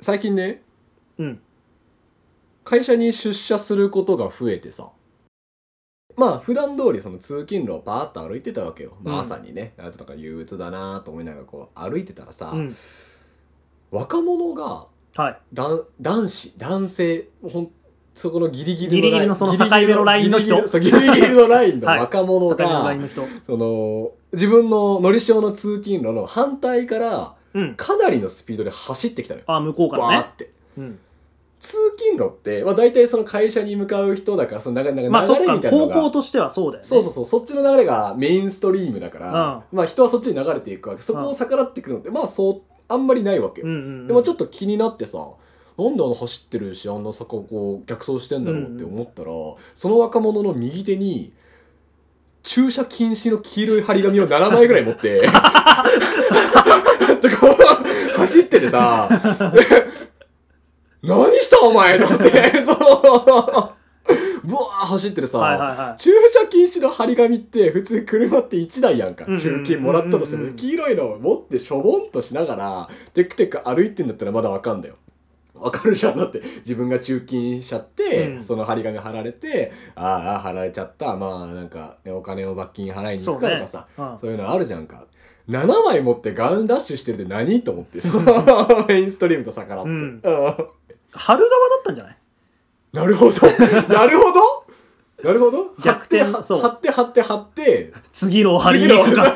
最近ねうん会社に出社することが増えてさまあ普段通りその通勤路をパーッと歩いてたわけよ、まうあ、ん朝にね、あちょっとなんか憂鬱だなと思いながらこう歩いてたらさ、うん若者がはい男男子男性ほんそこのギリギリギリギリのその境目のラインのギ人リギリそうギリギリのラインの はい若者境が、目のラインの人その自分ののりしおの通勤路の反対からうんかなりのスピードで走ってきたのよ、あ向こうかバらーねって。うん通勤路って、まあ、大体その会社に向かう人だからその流れ流れみまあそったいかなの方が、向としてはそうだよねそうそうそうそっちの流れがメインストリームだから、まあ、人はそっちに流れていくわけそこを逆らっていくのって、まあそうあんまりないわけよ、うんうんうんでもちょっと気になってさなんであの走ってるしあんな坂をこう逆走してんだろうって思ったら、その若者の右手に駐車禁止の黄色い張り紙を7枚ぐらい持って、でこう走っててさ、何したお前と思って、その、ブワー走っててさ、はいはいはい駐車禁止の張り紙って普通車って1台やんかうんうん駐金もらったとしてうんうんもうん黄色いのを持ってしょぼんとしながらテクテク歩いてんだったらまだわかんだよわかるじゃんだって自分が駐金しちゃって、うんその張り紙貼られてああ貼られちゃったまあなんか、ね、お金を罰金払いに行くかとかさうんそういうのあるじゃんか7枚持ってガンダッシュしてるって何と思ってそのメインストリームと逆らって、うんうん春側だったんじゃないなるほど なるほどなるほど逆転貼ってそう貼って貼って貼って次の張りに行くか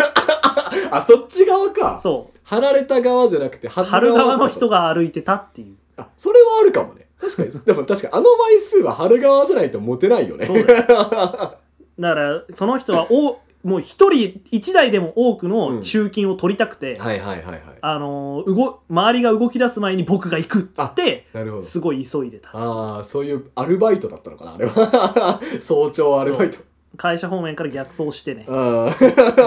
あ、そっち側か。そう貼られた側じゃなくて、貼る春側の人が。が歩いてたっていうあ、それはあるかもね。確かに。 でも確かに、あの枚数は貼る側じゃないと持てないよね。そうだよだからその人はおもう一人一台でも多くの中金を取りたくて、はいはいはいはい。あのー動周りが動き出す前に僕が行くっつってなるほど。すごい急いでたああ、そういうアルバイトだったのかな、あれは。 早朝アルバイト。会社方面から逆走してねうん。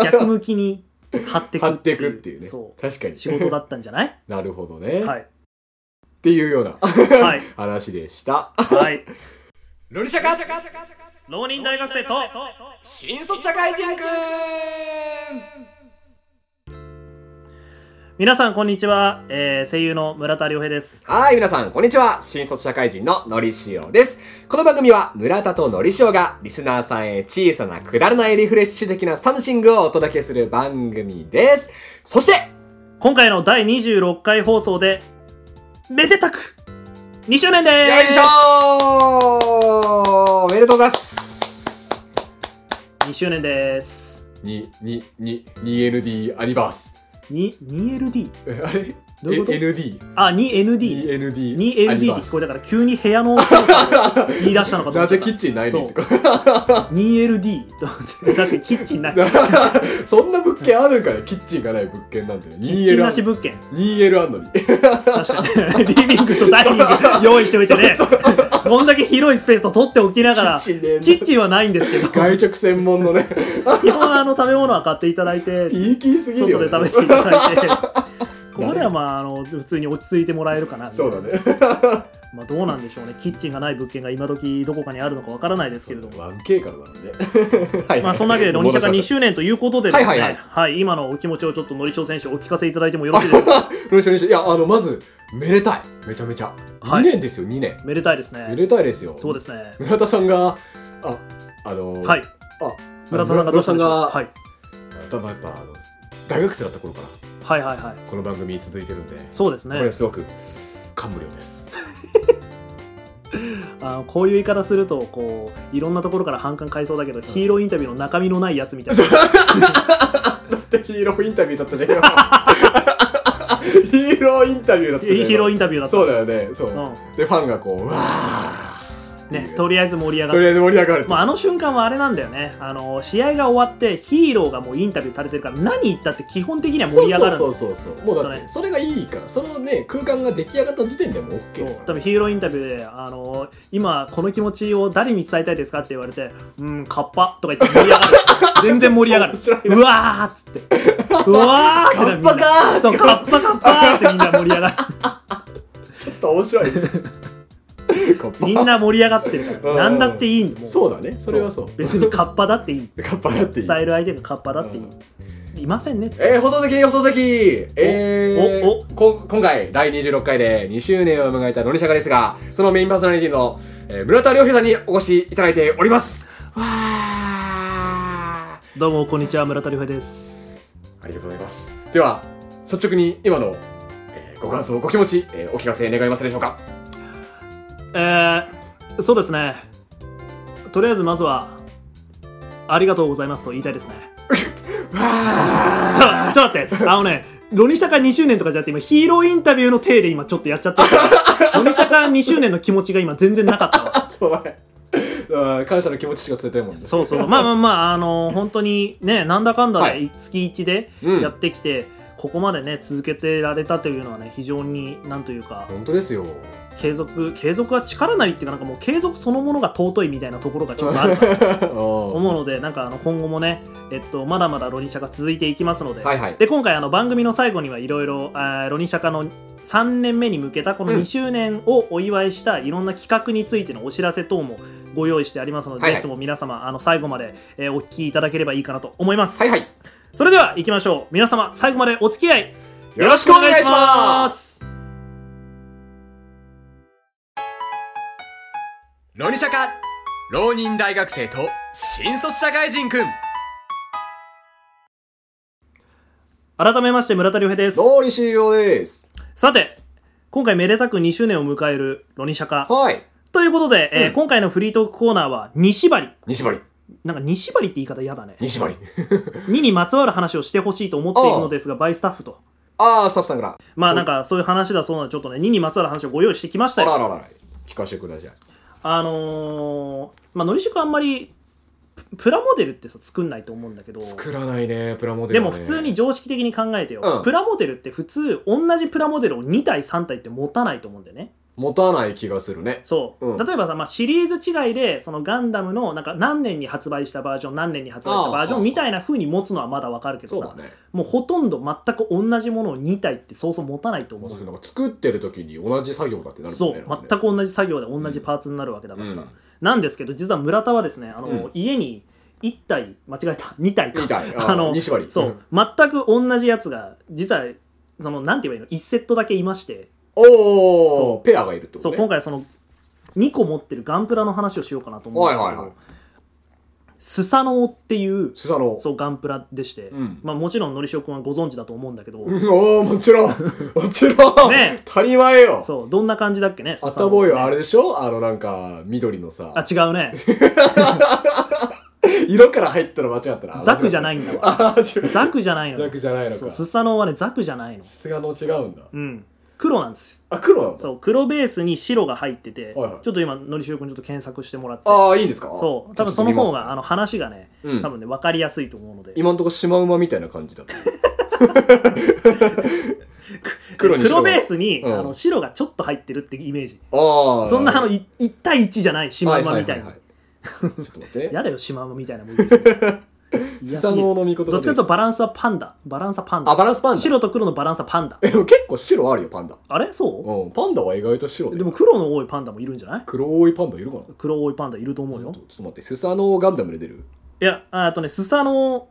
逆向きに張ってく貼っってていいうくっていうね。そ確かうに。仕事だったんじゃないなるほどね。はいっていうようなはい話でした。はいロリシャカ浪人大学生と新卒社会人くん皆さんこんにちは、えー声優の村田亮平ですはい、皆さん、こんにちは。新卒社会人ののりしおです。この番組は、村田とのりしおが、リスナーさんへ小さなくだらないリフレッシュ的なサムシングをお届けする番組です。そして、今回の第26回放送でめでたく2周年でよーいしすょーおめでとうございます2周年ですに、に、に、2ND アニバース。に 2LD? えあれどういうこと ?ND。あ 2ND2LD 2ND。って聞こえたから急に部屋の広さを言い出したのかと 思なってぜたキッチンないねんとか。 2LD と思 って確かにキッチンなキそんな物件あるんかねキッチンがない物件なんてね。ッチン 2L あなんしの物件 2L あんのに。確かにリビングとダイニング用意しておいてねこんだけ広いスペースを取っておきながらキッチンねえんだキッチンはないんですけど外食専門のね、基本あの食べ物は買っていただいてピーキーすぎる外よ、ね。で食べていただい てここではまああの普通に落ち着いてもらえるかなそうだね。まあ、どうなんでしょうねキッチンがない物件が今時どこかにあるのかわからないですけれども 1K からだもんね。はい。まあそんなわけで、ロニシャカ2周年ということでですね、ははいいはいはい今のお気持ちをちょっとのりしお選手、お聞かせいただいてもよろしいですかロニシャロニシャいや、あの、まず、めでたい。めちゃめちゃ。は2い年ですよ、2年。めでたいですめね。でたいですよ。。そうですすね。村田さんが、あ、あの、。はいい。あ、村田さんがどうしたんでしょう村田さんが、はい、多分やっぱ、あの、大学生だった頃から、はいはいはい。この番組続いてるんで、そうですこれねは。すごく感無量です。 あのこういう言い方すると、こう、いろんなところから反感買いそうだけど、ヒーローインタビューの中身のないやつみたいな。ってヒーローインタビューだったじゃん今 ヒーローインタビューだったじゃんいい今ヒーローインタビューだった。そうだよねそう、うでファンがこううわーん。ね、とりあえず盛り上がとる。りあえず盛り上がるまあ、あの瞬間はあれなんだよね。あの、試合が終わって、ヒーローがもうインタビューされてるから、何言ったって基本的には盛り上がるんだよそうそうそうそうもうだっちょっとてねそれがいいからそのね空間が出来上がった時点でもう OK そうだか多ら分ヒーローインタビューで「あの今この気持ちを誰に伝えたいですか?」って言われて「うんカッパ」とか言って盛り上がる 全然盛り上がる面白いうわーっつってうわーってなるみんなカッパかーってそうカッパカッパーってみんな盛り上がるちょっと面白 いですカッパみんな盛り上がってるかうらん何だっていいんだもうそうだねそれはそう別にカッパだっていいカッパだっていい伝える相手がカッパだっていいうんいませんねっつって、えー、放送席、放送席えー、おおこ今回、第26回で2周年を迎えたロニシャカですが、そのメインパーソナリティの、えー村田亮平さんにお越しいただいております。わーあどうもこんにちは村田亮平ですりがとうございます。では、率直に今の、えーご感想、ご気持ち、えーお聞かせ願いますでしょうか。えー、そうですねとりあえずまずはありがとうございますと言いたいですね ちょちょっと待ってあのねロニシャカ2周年とかじゃなくて今ヒーローインタビューの体で今ちょっとやっちゃった ロニシャカ2周年の気持ちが今全然なかったわそう だね。うん感謝の気持ちしか伝えてないもんね。そうそうまあまあまああの本当にねなんだかんだはで月1でうんやってきて、ここまでね続けてられたというのはね非常になんというか本当ですよ。継続継続は力なりっていうかなんかもう継続そのものが尊いみたいなところがちょっとあると 思 思うのでなんかあの今後もね、えっと、まだまだロニシャが続いていきますので、はいはい。で今回あの番組の最後にはいろいろロニシャカの3年目に向けたこのうん2周年をお祝いしたいろんな企画についてのお知らせ等もご用意してありますので、はいはいぜひとも皆様あの最後まで、えーお聞きいただければいいかなと思います、はいはい。それでは行きましょう皆様最後までお付き合いよろしくお願いします。すロニシャカ浪人大学生と新卒社会人くん改めまして村田亮平ですローリシーオです。さて今回めでたく2周年を迎えるロニシャカはい。ということで、えーうん今回のフリートークコーナーは「西張り西堀。」なんか「西張り」って言い方嫌だね西堀。 2にまつわる話をしてほしいと思っているのですがバイスタッフと あー、スタッフさんから。まあなんかそういう話だそうなのでちょっとね2にまつわる話をご用意してきましあたらあよらあら。聞かせてください。あのー、まあのりしくあんまりププラモデルってさ作んないと思うんだけど作らないね、プラモデでルはもね、普通に常識的に考えてよ、うんプラモデルって普通同じプラモデルを2体3体って持たないと思うんだよね持たない気がするね。そう、うん例えばさ、まあ、シリーズ違いでそのガンダムのなんか何年に発売したバージョン何年に発売したバージョああンみたいな風に持つのはまだわかるけどそうさだね。もうほとんど全く同じものを2体ってそうそう持たないと思まうさかなんか作ってる時に同じ作業だってなるもんそね。う全く同じ作業で同じパーツになるわけだからさ、うんなんですけど実は村田はですねあの、うん家に1体間違えた2体かみたい。ああのの、西堀。そんう。全く同じやつが実はそのなんて言えばいいの1セットだけいましておそー、ペアがいるってことそうね。今回はその2個持ってるガンプラの話をしようかなと思うんですけど、はいはいはいスサノオっていうスサノオ。そうガンプラでして、うんまあ、もちろんのりしおくんはご存知だと思うんだけど、うんおー、もちろん。もちろん。ね当たり前よ。そうどんな感じだっけねスアサタノボオーねイはあれでしょあのなんか、緑のさ、あ違うね 色から入ったの間違ったな。。ザクじゃないいんだわあー、違う。ザクじゃないのザクじゃないのそうか。スさサノオはねザクじゃないのすがの違うんだ。うん黒なんですあ、黒なんだ。そう黒ベースに白が入ってて、はいはいちょっと今のりしおくんちょっと検索してもらってああ、いいんですかそう多分その方があの、の話がねうん多分ね分かりやすいと思うので、今んとこシマウマみたいな感じだった。 黒に白黒ベースに、うんあの白がちょっと入ってるってイメージああ。そんなあはのい1対1じゃないシいマはウいはマいみたいなちょっと待 って。やだよシマウマみたいなもん ですよス嫌すサぎノオるの見事どっちかというとバランスはパンダバランスはパンダあ、バランスパンダ。白と黒のバランスはパンダえでも結構白あるよ、パンダ。あれそう、うん。パンダは意外と白でで。も黒の多いパンダもいるんじゃない黒いパンダいるかな黒多いパンダいると思うちょよっと待って、スサノオガンダムで出るいやああとねスサノオ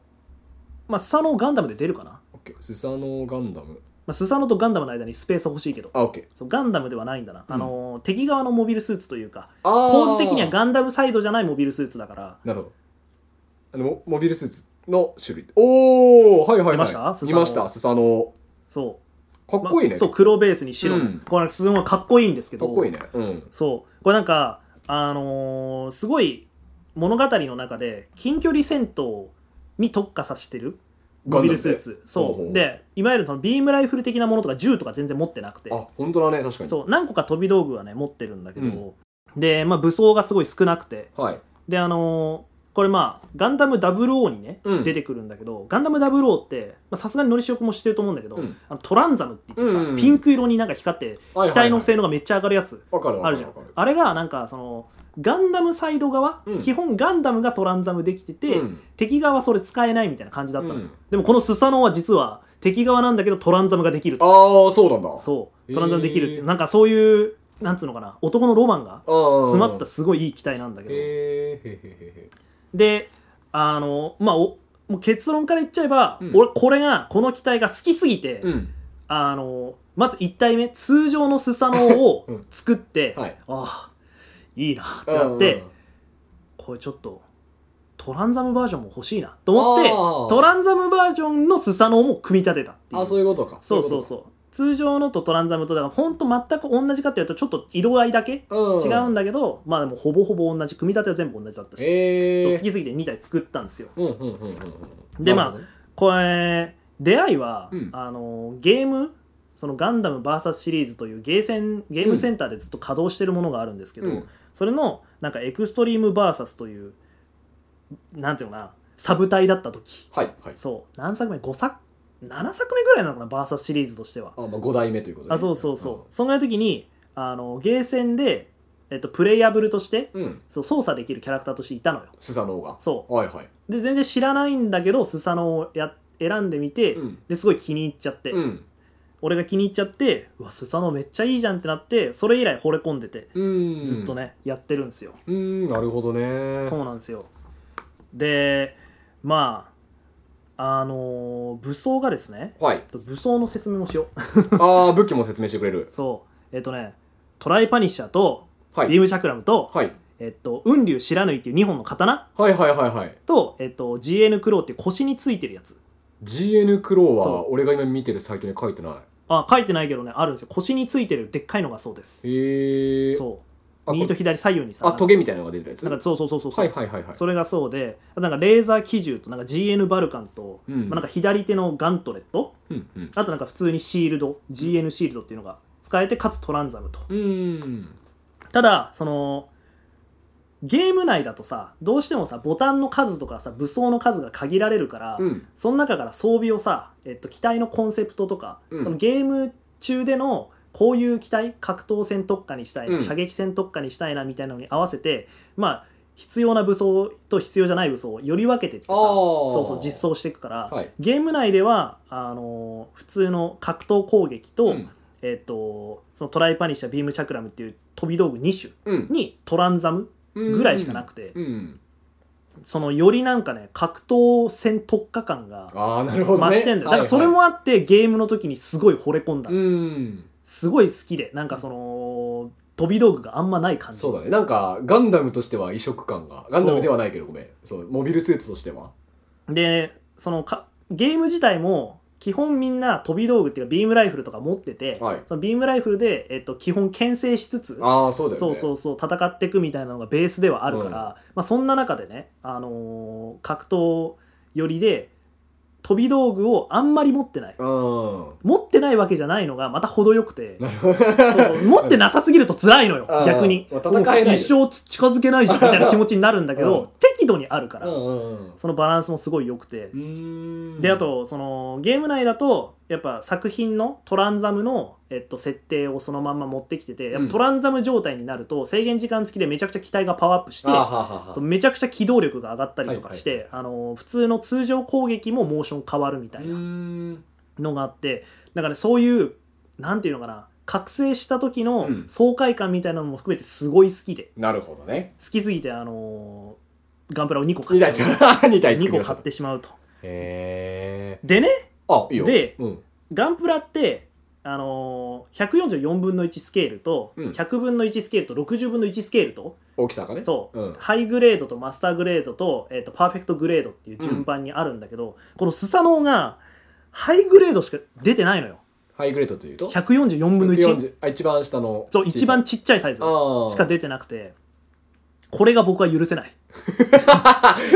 まあスサノオガンダムで出るかな、まオッケー。スサノオガンダム。あ、スサノオとガンダムの間にスペース欲しいけどあ、オッケー。そうガンダムではないんだな、うんあのー敵側のモビルスーツというかあー構図的にはガンダムサイドじゃないモビルスーツだからなるほど。あの、モモビルスーツの種類。おおはいはいはい。見ましたスサノオ見ました、スサノそオ。かうっこいいね。まあそう黒ベースに白、うんこれすごいかっこいいんですけかどっこいいね。うん。そうこれなんかあのーすごい物語の中で近距離戦闘に特化させてるモビルスーツほうそほううでいわゆるそのビームライフル的なものとか銃とか全然持ってなくてあ、本当だね、確かに。そう何個か飛び道具はね持ってるんだけど、で、まあ、武装がすごい少なくてはい。であのーこれまあガンダム00にね、うん出てくるんだけどガンダム00ってまあさすがにのりしおくんも知ってると思うんだけど、うんあのトランザムって言ってさ、うんうんピンク色になんか光ってはいはいはい機体の性能がめっちゃ上がるやつわかるわあかるるじゃんわかる。あれがなんかそのガンダムサイド側、うん基本ガンダムがトランザムできてて、うん敵側はそれ使えないみたいな感じだったのよ、うんでもこのスサノオは実は敵側なんだけどトランザムができるああ、そうなんだ。う。そへうートランザムできるっていう、なんかそういうなんつうのかな男のロマンが詰まったすごいいい機体なんだけど、へえ、へーへーへーへであのまあおもう結論から言っちゃえば、うん俺これがこの機体が好きすぎて、うん。あのまず1体目通常のスサノオを うん作って、はいああいいなってなって、うんこれちょっとトランザムバージョンも欲しいなと思ってあートランザムバージョンのスサノオも組み立てたっていうあ、そういうことか。そうそうそう通常のとトランザムとだからほんと全く同じかっていうとちょっと色合いだけういうこと違か。うんだ。だけど、まあでもほぼほぼ同じ組み立ては全部同じだったし、えそうえ好。きすぎて2体作ったんですようんうんうんうんうん。でまあなるほどねこれ出会いは、うんあのゲームそのガンダム VS シリーズというゲーセンゲームセンターでずっと稼働してるものがあるんですけど、うんそれのなんかエクストリーム VS というなんていうのかなサブ隊だった時はいはい。そう何作目5作7作目ぐらいなのかな VS シリーズとしてはあ、まあ五代目ということねあそうそうそう、そんぐらいの時にあのゲーセンで、えっと、プレイヤブルとしてうん。うん。そう操作できるキャラクターとしていたのよスサノオが。そはいはい。うで全然知らないんだけどスサノオをや選んでみて、うん。ですごい気に入っちゃって、うん。俺が気に入っちゃってうわスサノめっちゃいいじゃんってなってそれ以来惚れ込んでてうん。ずっと。ね、やってるんですようん、なるほどね。そうなんですよでまああのー武装がですねはい。武装の説明もしよう ああ、武器も説明してくれる。そうえっとねトライパニッシャーとはいビームシャクラムと、はい。えっと雲龍不知らぬいっていう2本の刀はいはいはいはい。と、えっと、GN クローっていう腰についてるやつ GN クローそは俺が今見てるサイトに書いてない。あ書いてないけどねあるんですよ腰についてるでっかいのがそうですへえ。そあう右とこ左左右にさあ、トゲみたいなのが出てるやつ。なんかそうそうそうそう、はいはいはいはい。それがそうであとなんかレーザー機銃となんか GN バルカンと、うんまあ、なんか左手のガントレットうんうん。あとなんか普通にシールド GN シールドっていうのが使えてかつトランザムとうん。ただそのゲーム内だとさどうしてもさボタンの数とかさ武装の数が限られるから、うん。その中から装備をさ、えっと、機体のコンセプトとか、うんそのゲーム中でのこういう機体格闘戦特化にしたいうな、ん射撃戦特化にしたいなみたいなのに合わせてまあ必要な武装と必要じゃない武装をより分けてってさあーそうそう実装していくから、はい。ゲーム内ではあのー普通の格闘攻撃と,、うんえっとそのトライパニッシャービームシャクラムっていう飛び道具2種うん。にトランザムぐらいしかなくて、うん。そのよりなんかね格闘戦特化感がああ、なるほどね。増してんだよだからそれはいはい、もあってゲームの時にすごい惚れ込んだ、うん。すごい好きでなんかその飛び道具があんまない感じそうだね。なんか、ガンダムとしては異色感が。ガンダムではないけど、ごめん。そう、モビルスーツとしては。でそのかゲーム自体も基本みんな飛び道具っていうかビームライフルとか持ってて、はいそのビームライフルで、えっと、基本牽制しつつああ、そうだよそね。うそううそう戦っていくみたいなのがベースではあるから、うんまあ、そんな中でね、あのー格闘寄りで飛び道具をあんまり持ってないそ持ってないわけじゃないのがまた程よくてうん。なるほど。そうそう持ってなさすぎると辛いのよ うん逆にまあ戦えないよもう一生つ近づけないしみたいな気持ちになるんだけど、うん適度にあるから、うんうんうん。うそのバランスもすごい良くて、ーん。であ、とそのゲーム内だとやっぱ作品のトランザムの、えっと、設定をそのまんま持ってきててやっうんぱトランザム状態になると制限時間付きでめちゃくちゃ機体がパワーアップしてあーはあはあはあそのめちゃくちゃ機動力が上がったりとかして、はあの普通の通常攻撃もモーション変わるみたういな。ーん。のがあってだから、ね、そういうなんていうのかな覚醒した時のうん爽快感みたいなのも含めてすごい好きでなるほどね。好きすぎてあのーガンプラを2個買2っ体て作 二体2作り個ました買ってしまうとへえ。でねあ、いいよ。でうん。ガンプラってあのー144分の1スケールと、うん100分の1スケールと60分の1スケールと大きさがね。そう、うんハイグレードとマスターグレードと,、えー、とパーフェクトグレードっていう順番にあるんだけど、このスサノオがハイグレードしか出てないのよハイグレードというと144分の1 140あ、一番下の。そう、一番小ちっちゃいサイズさい。ああ。しか出てなくて、これが僕は許せない。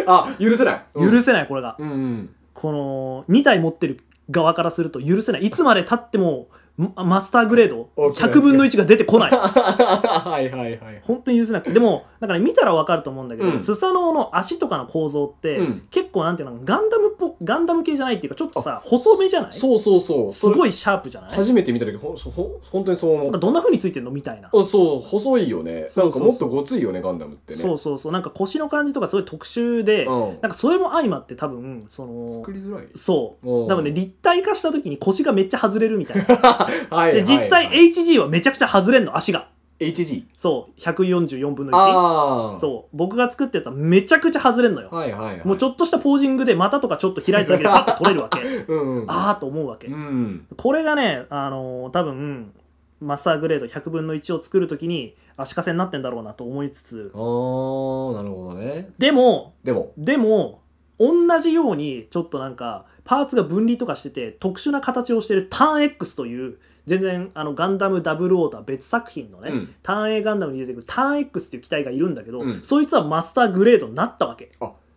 あ、許せない。うん許せない、これが。うんうん。 この、2体持ってる側からすると許せない。いつまで経っても、まマスターグレード、大きくなる100分の1が出てこない。はいはいはい。本当に許せなくて。でも、だから見たらわかると思うんだけど、うんスサノオの足とかの構造って、うん結構なんていうの、ガンダムっぽ、ガンダム系じゃないっていうか、ちょっとさ、細めじゃないすそうそうそう。それごいシャープじゃないなん初めて見た時ほんほん本当にそう思かっどんな風についてんのみたいな。たあそう細いよねそうそうそうなんかもっとごついよねガンダムってねそうそうそう。なんか腰の感じとかすごい特殊で、うんなんかそれも相まって多分、その、作りづらいそう。おー多分ね、立体化した時に腰がめっちゃ外れるみたいな。はいで、実際 HG はめちゃくちゃ外れんの、足が。 HG。そう144分の1ああ。そう僕が作ってたやつはめちゃくちゃ外れんのよ、はいはいはい。もうちょっとしたポージングで股とかちょっと開いただけでパッと取れるわけ うんうん。ああと思うわけうん。これがね、あのー多分マスターグレード100分の1を作るときに足かせになってんだろうなと思いつつあー、なるほどね。でもでも、でも同じようにちょっとなんかパーツが分離とかしてて特殊な形をしてるターン X という全然あのガンダム00とは別作品のね、うんターン A ガンダムに出てくるターン X っていう機体がいるんだけど、うんそいつはマスターグレードになったわけ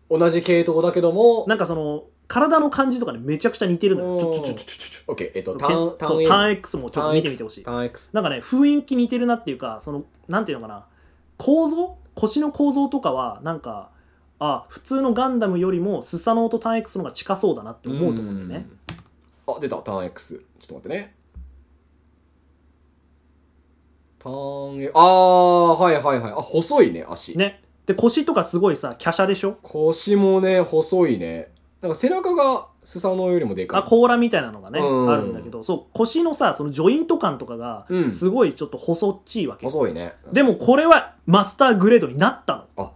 同じ系統だけども、なんかその体の感じとかねめちゃくちゃ似てるのよちょちょちょちょちちょょちょ。オッケー、えっと、そうターン、タターーンン A ターン X もちょっと見てみてほしいターン X。なんかね、雰囲気似てるなっていうか、その、なんていうのかな、構造腰の構造とかは、なんか、あ、普通のガンダムよりも、スサノオとターン X の方が近そうだなって思うと思うんだよね。うん。あ、出た、ターン X。ちょっと待ってね。ターン A、あー、はいはいはい。あ、細いね、足。ね。で、腰とかすごいさ、華奢でしょ腰もね、細いね。なんか背中がスサノオよりもでかい。あ、甲羅みたいなのがね、うんあるんだけど、そう、腰のさ、そのジョイント感とかがう、んすごいちょっと細っちいわけ。細いね。でも、これはマスターグレードになったの。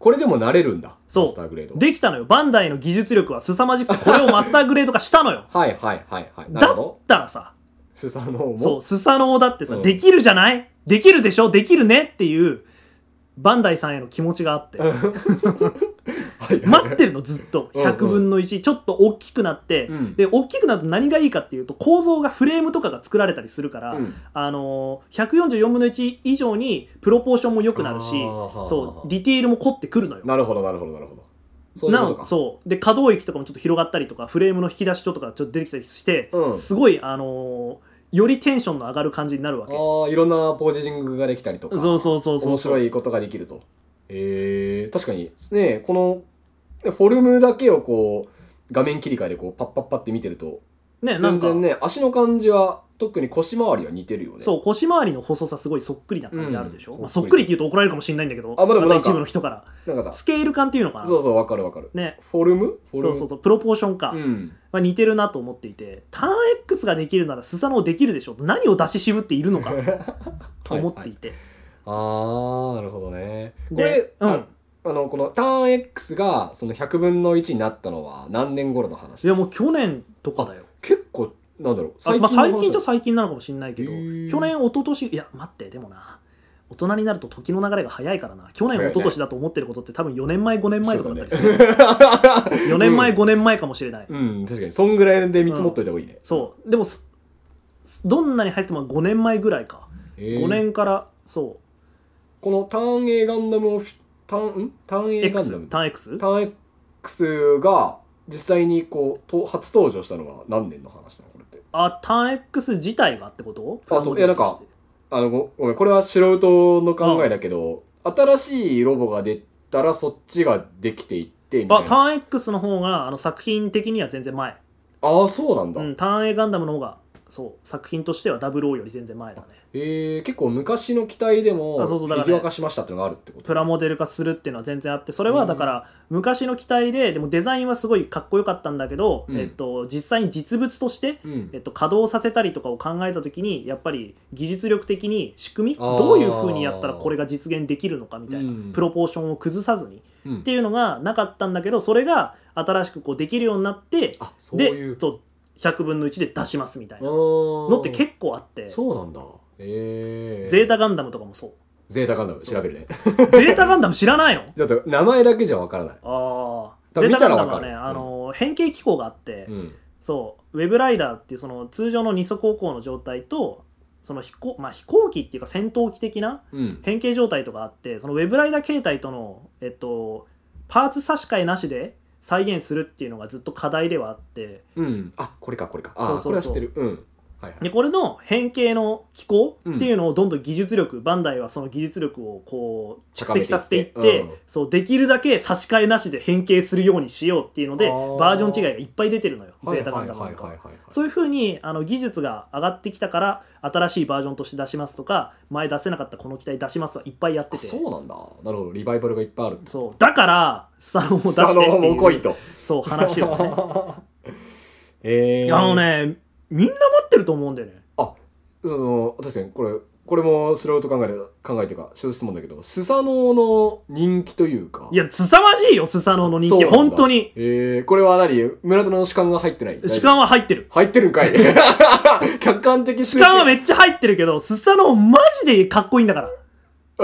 これでも慣れるんだ。そうマスターグレード。。できたのよ。バンダイの技術力は凄まじくて、これをマスターグレード化したのよはいはいはいはい。 なるだほっど。たらさ、スサノオも。そう、スサノオだってさ、うんできるじゃないできるでしょできるねっていう、バンダイさんへの気持ちがあって。はいはい待ってるの、ずっと。うんうん100分の1。ちょっと大きくなって、うんで、大きくなると何がいいかっていうと、構造がフレームとかが作られたりするから、うんあのー、144分の1以上にプロポーションも良くなるしあーはあは、あそう、ディティールも凝ってくるのよ。なるほどなるほどなるほど。そういうことなか。のそうで可動域とかもちょっと広がったりとかフレームの引き出しとかちょっと出てきたりして、うんすごいあのーよりテンションの上がる感じになるわけああ、いろんなポージングができたりとか。そうそうそうそう面白いことができると。えー、確かに、ね、この、ねフォルムだけをこう、画面切り替えでこう、パッパッパって見てると、ねな全んか然ね、足の感じは、特に腰回りは似てるよね。そう腰回りの細さすごいそっくりな感じあるでしょ、うんまあ、そっくりって言うと怒られるかもしれないんだけどあまあでもなんかた一部の人かう。なんからさ、スケール感っていうのかなそうそう、わかるわかる。ねフォルムフォルそムうそうそうプロポーションか、うん。まあ、似てるなと思っていてターン X ができるならスサノオできるでしょ何を出し渋ってい るのかと思っていてあー、なるほどね。これで、、うあん、あの、このターン X が、その100分の1になったのは何年頃の話いやもう去年とかだよ結構、なんだろう、あまあ、の話最近と最近なのかもしれないけどへ去ー年一昨年いや待ってでもな大人になると時の流れが早いからな去年早い一ね昨年だと思ってることって多分4年前5年前とかだったりする、る4年前5年前かもしれな い、うん、確かに。そんぐらいで見積もっといた方がいいね。そうでもすどんなに早くても5年前ぐらいか、えー5年からそこのターン A ガンダムをフィターンんターンう A ガン X ダムターン X? ターン X が実際にこうと初登場したのは何年の話なのこれってあターン X 自体がってことあそういやなんかあのごごめんこれは素人の考えだけど新しいロボが出たらそっちができていってみたあいタなあーン X の方があの作品的には全然前、あーそうなんだ、うん、ターン A ガンダムの方がそう作品としては00より全然前だねえー、結構昔の機体でもあそうそうだフからィねギュア化しましたってのがあるってことプラモデル化するっていうのは全然あってそれはだから昔の機体ででもデザインはすごいかっこよかったんだけど、うんえっと、実際に実物として、うんえっと、稼働させたりとかを考えた時にやっぱり技術力的に仕組みあーどういうふうにやったらこれが実現できるのかみたいな、うんプロポーションを崩さずにっうんていうのがなかったんだけどそれが新しくこうできるようになってあそういうでそう100分の1で出しますみたいなののって結構あって。そうなんだえー、ゼータガンダムとかもそう。ゼータガンダム調べるねゼータガンダム知らないのちょっと名前だけじゃわからないああ。多ゼ分ー見タたガンらわダムかはるね、あのー変形機構があって、うんそう、ウェブライダーっていうその通常の二足歩行の状態と、その飛行、まあ、飛行機っていうか戦闘機的なうん変形状態とかあって、そのウェブライダー形態との、えっと、パーツ差し替えなしで再現するっていうのがずっと課題ではあって、うん、あこれかこれかあーそうそうそうこれは知ってるうんはいはでいこれの変形の機構っていうのをどんどん技術力、バンダイはその技術力をこう蓄高めていって積させていって、うんそうできるだけ差し替えなしで変形するようにしようっていうのあでーバージョン違いがいっぱい出てるのよ、はいゼータガはンいダムはないんかははいはいそういうふうにあの技術が上がってきたから新しいバージョンとして出しますとか前出せなかったこの機体出しますはいっぱいやってあてそうなんだなるほどリバイバルがいっぱいあるそうだからサロンを出してさあっのてもう来いいうとそう話を ねえいー、やあのねみんな待ってると思うんだよねその確かにこれこれも素人考える、考えてか、小質問だけど、スサノオの人気というか。い、や、凄まじいよ、スサノオの人そう気。なんだ本当に。えー、これは何村田の主観が入ってない主観は入ってる。入ってるんかい 客観的主観はめっちっちゃ入ってるけど、スサノオマジでかっこいいんだから。ゃ。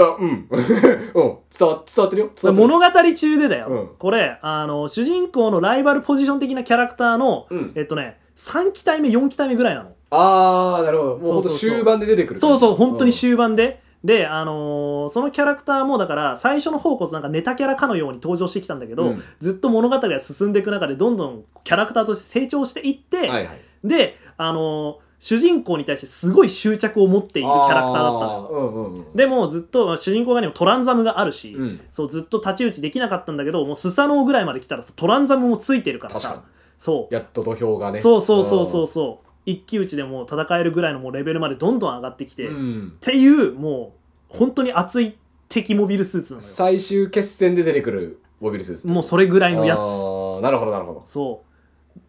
あ、うん。 うん。伝わ伝わってるよ。伝わってる。物語中でだよ、うんこれあの主人公のライバルポジション的なキャラクターの、うんえっとね3期体目4期体目ぐらいなのあー、なるほど。もうほんとそうそうそう終盤で出てくる。そうそう本当に盤。終盤で、で、あのーそのキャラクターもだから最初の方こそなんかネタキャラかのように登場してきたんだけど、うんずっと物語が進んでいく中でどんどんキャラクターとして成長していって、はいはい。で、あのー主人公に対してすごい執着を持っているキャラクターだったのよあーうんうんうん。でもずっと主人公側にもトランザムがあるし、うん。そうずっと太刀打ちできなかったんだけどもうスサノオぐらいまで来たらトランザムもついてるから確さかそう,、やっと土俵がね。そうそうそうそううそう一騎打ちでもう戦えるぐらいのもうレベルまでどんどん上がってきて、ん。うっん。ていうもう本当に熱い敵モビルスーツなのよ最終決戦で出てくるモビルスーツ。もうそれぐらいのやあつーなるほどなるほど。そう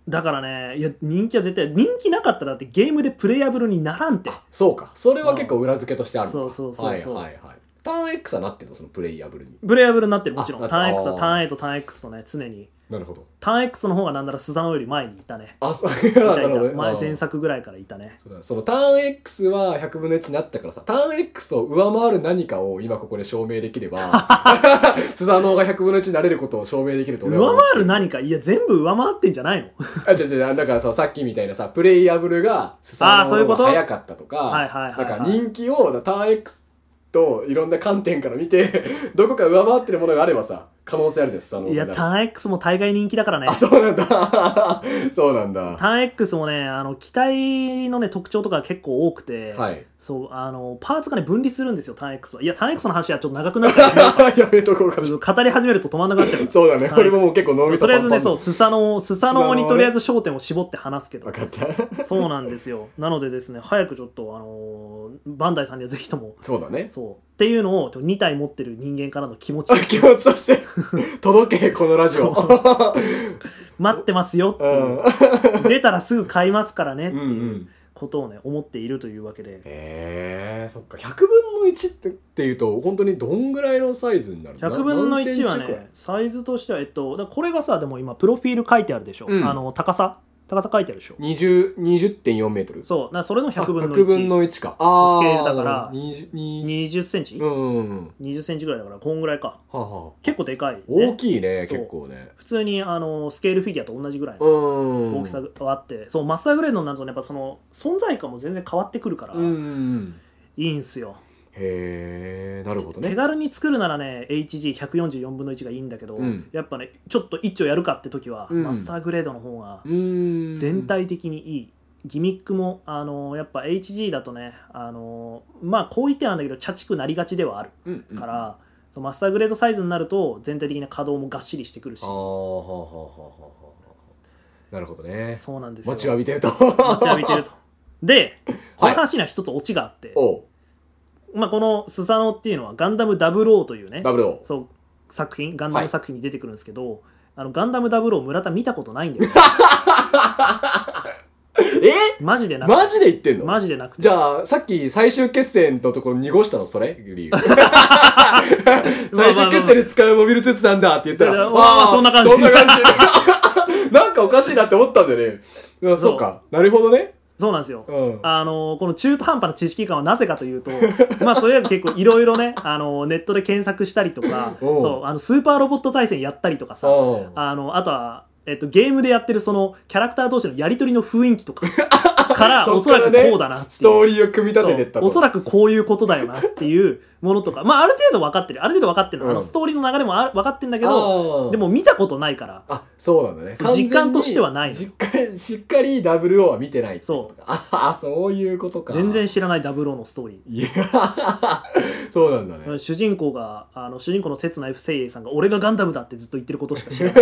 だからねいや人気は絶対人気なかったらだってゲームでプレイアブルにならんってそうか。それは結構裏付けとしてあるのかうんそうそうそうそうはいはいはい。ターン X はなってるのそのプレイヤブルに。プレイアブルになってるもちろあんターン X あはーターン A とターン X とね常になるほど。ターン X の方がなんならスザノオより前にいたねあ、そう。 いたないるたほどね。前うん前作ぐらいからいたねそうだそのターン X は100分の1になったからさ、ターン X を上回る何かを今ここで証明できれ ば、スサノオが100分の1になれることを証明できると俺は上思う。回る何かいや全部上回ってんじゃないのあ、違う違う、だからさ、さっきみたいなさ、プレイヤブルがスサあーノそういオうこがと早かったとか、はいはいはいはいなんか人気をだからターン X といろんな観点から見て、 どこか上回ってるものがあればさ、可能性あるじゃん、スサノオがいやターン X も大概人気だからねあ、そうなんだ。 そうなんだ。ターン X もねあの機体のね特徴とか結構多くて、はい。 そうあのパーツがね分離するんですよターン X はいやターン X の話はちょっと長くなっ やめとこうか。て語り始めると止まんなくなっちゃうからそうだね。はい俺ももう結構脳みそとりパあえンずパねンだそうスサノオスサノスサノオオねにとりあえず焦点を絞って話すけどわか った。そうなんですよなのでですね早くちょっとあのバンダイさんにはぜひともそうだね。そうっていうのを2体持ってる人間からの気持 ちあ気持ちとして 届けこのラジオ待ってますよって う いうん出たらすぐ買いますからねっうてんういうんことをね思っているというわけでえー、そっか100分の1ってっていうと本当にどんぐらいのサイズになる100分の1は何センチくらいねサイズとしてはえっとだからこれがさでも今プロフィール書いてあるでしょ、うんあの高さ高さ書いてあるでしょ20 20.4メートルそうだからそれの100分の100分の1かああスケールだから20 20 120センチ、うんうんうんは20センチぐらいだからこんぐらいかあはあ結構でかい、ね、大きいねそう結構ね普通にあのスケールフィギュアと同じぐらいのうん大きさがあって、そうマスターグレードになるとねやっぱその存在感も全然変わってくるから、うんうんうんいいんすよへえなるほど手ね軽に作るならね HG144 分の1がいいんだけど、うんやっぱねちょっと一丁やるかって時は、うんマスターグレードの方がうん全体的にいい、ギミックもあのーやっぱ HG だとねあのーまあこう言ってなんだけど茶畜くなりがちではあるかうんうんあら、そのマスターグレードサイズになると全体的な稼働もがっしりしてくるしあはあはあはあはあはあなるほどねそうなんですよ持ちわびてると持ち歩いてるとでこの話には一つオチがあって、 おうまあ、このスサノっていうのはガンダム00というねダブルオそう作品ガンダム作品に出てくるんですけど、あのガンダム00村田見たことないんだよえマジでなくてマジで言ってんのマジでなくてじゃあ、さっき最終決戦のところ濁したのそれ 理由。最終決戦で使うモビルスーツなんだって言ったら、まあまあまあーそんな感じそんな感じ なんかおかしいなって思ったんだよね。あそうか。なるほどね。そうなんですようん。あのこの中途半端な知識感はなぜかという とまあとりあえず結構いろいろねあのネットで検索したりとかおうそうあのスーパーロボット対戦やったりとかさうんあのあとは、えっと、ゲームでやってるそのキャラクター同士のやり取りの雰囲気 とかからそおっそらからくねこうだなっていうストーリーを組み立ててったそうおそららくこういうことだよなっていうものとかまあある程度分かってるある程度分かってる、あうんのストーリーの流れもあ分かってるんだけどどで、も見たことないからあ、そうなんだね。そう実感としてはないのしっかり、しっかりダブルオは見てないってことそか。ああ、そういうことか。全然知らないダブルのストーリー。いや、 そうなんだね。主人公があの主人公の刹那 F 聖鋭さんが俺がガンダムだってずっと言ってることしか知 らな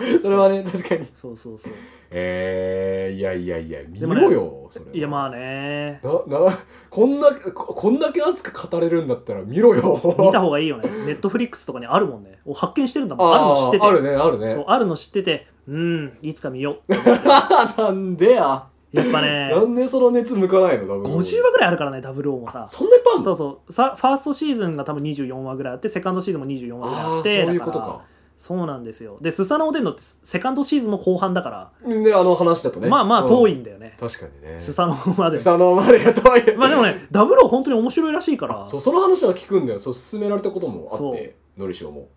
いそれはね、確かに。そうそうそうえー、いやいやいや、見でもろよ、それは。いやま あねな、な、こんな、ここんだけ熱く語れるんだったら見ろよ。見た方がいいよねネットフリックスとかにあるもんねお発見してるんだもんあるの知っててあーあるね、あるね そう。あるの知っててうんいつか見ようなんでや。やっぱね なんでその熱向かないの50 50話ぐらいあるからね0 0もさそんないっぱいあんのそうそうさファーストシーズンが多分24話ぐらいあってセカンドシーズンも24話ぐらいあああっそうていうだこかとらかそうなんですよでスサノオでんのってセカンドシーズンの後半だから、であの話だとねまあまあ遠いうんんだよね、確かにねスサノオまでスサノオまでが遠いまあでもねダブル本当に面白いらしいか らそうその話は聞くんだよそう勧められたこともあってのりしおも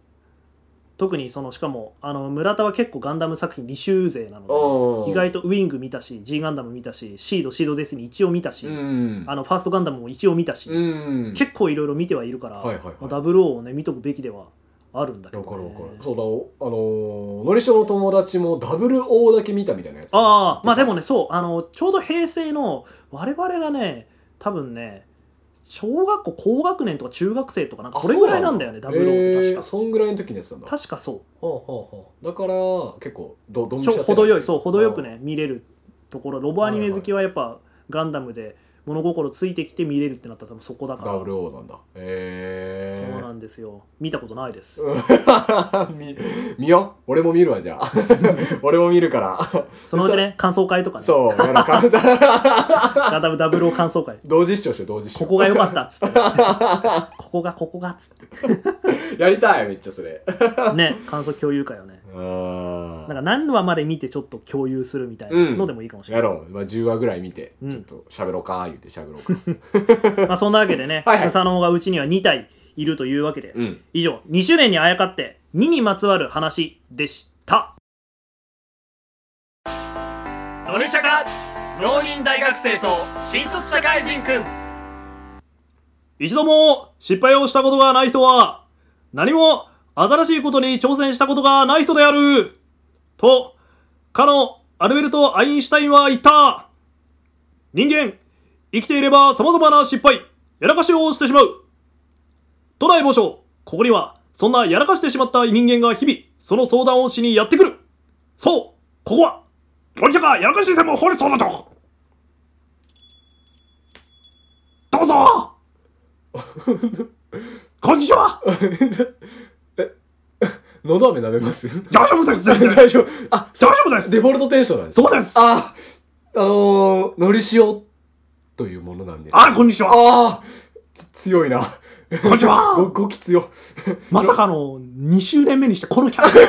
特にそのしかもあの村田は結構ガンダム作品履修勢なのあで意外とウィング見たし G ガンダム見たしシードシードデスに一応見たし、うんあのファーストガンダムも一応見たし、うん結構いろいろ見てはいるから、はいはいはいまあ、00をね見とくべきではあるんだけど、わね、かるわかるそうだおあのーのりしおの友達も WO だけ見たみたいなやつああまあでもねそうあのちょうど平成の我々がね多分ね小学校高学年とか中学生とかなんかそれぐらいなんだよねそダうブルオーってえー確か、そんぐらいの時にやってたんだ確かそほうほうほうだから結構どどうんちぴしょゃ程よいそう程よくね見れるところロボアニメ好きはやっぱガンダムで物心ついてきて見れるってなったら多分そこだから WO なんだへえそうなんですよ見たことないです、うん 見見よう俺も見るわじゃあ 俺も見るからそのうちね感想会とかねそうやらかガンダムダブル感想会同時視聴しよう同時視こ聴こが良かったっつってここがここがっつってやりたいめっちゃそれね感想共有会をねあなんあか何話まで見てちょっと共有するみたいなのでもいいかもしれやない、ろう、まあ、10話ぐらい見て、うんちょっと喋ろうか言うて喋ろうかまあそんなわけでねはいはいスサノオがうちには2体いると いうわけで、うん以上2周年にあやかって2にまつわる話でしたのりしゃか浪人大学生と新卒社会人くん一度も失敗をしたことがない人は何も新しいことに挑戦したことがない人であるとかのアルベルト・アインシュタインは言った人間生きていれば様々な失敗やらかしをしてしまう都内某所ここにはそんなやらかしてしまった人間が日々その相談をしにやってくるそうここは森坂やらかし専門法律相談所どうぞこんにちはのど飴舐めます 大丈夫です全然大丈夫あ大丈夫ですデフォルトテンションなんですそうですああのー、のりしおというものなんですあ、こんにちはああつ強いなこんにちごはごき強まさかの2周年目にしてこのキャラクター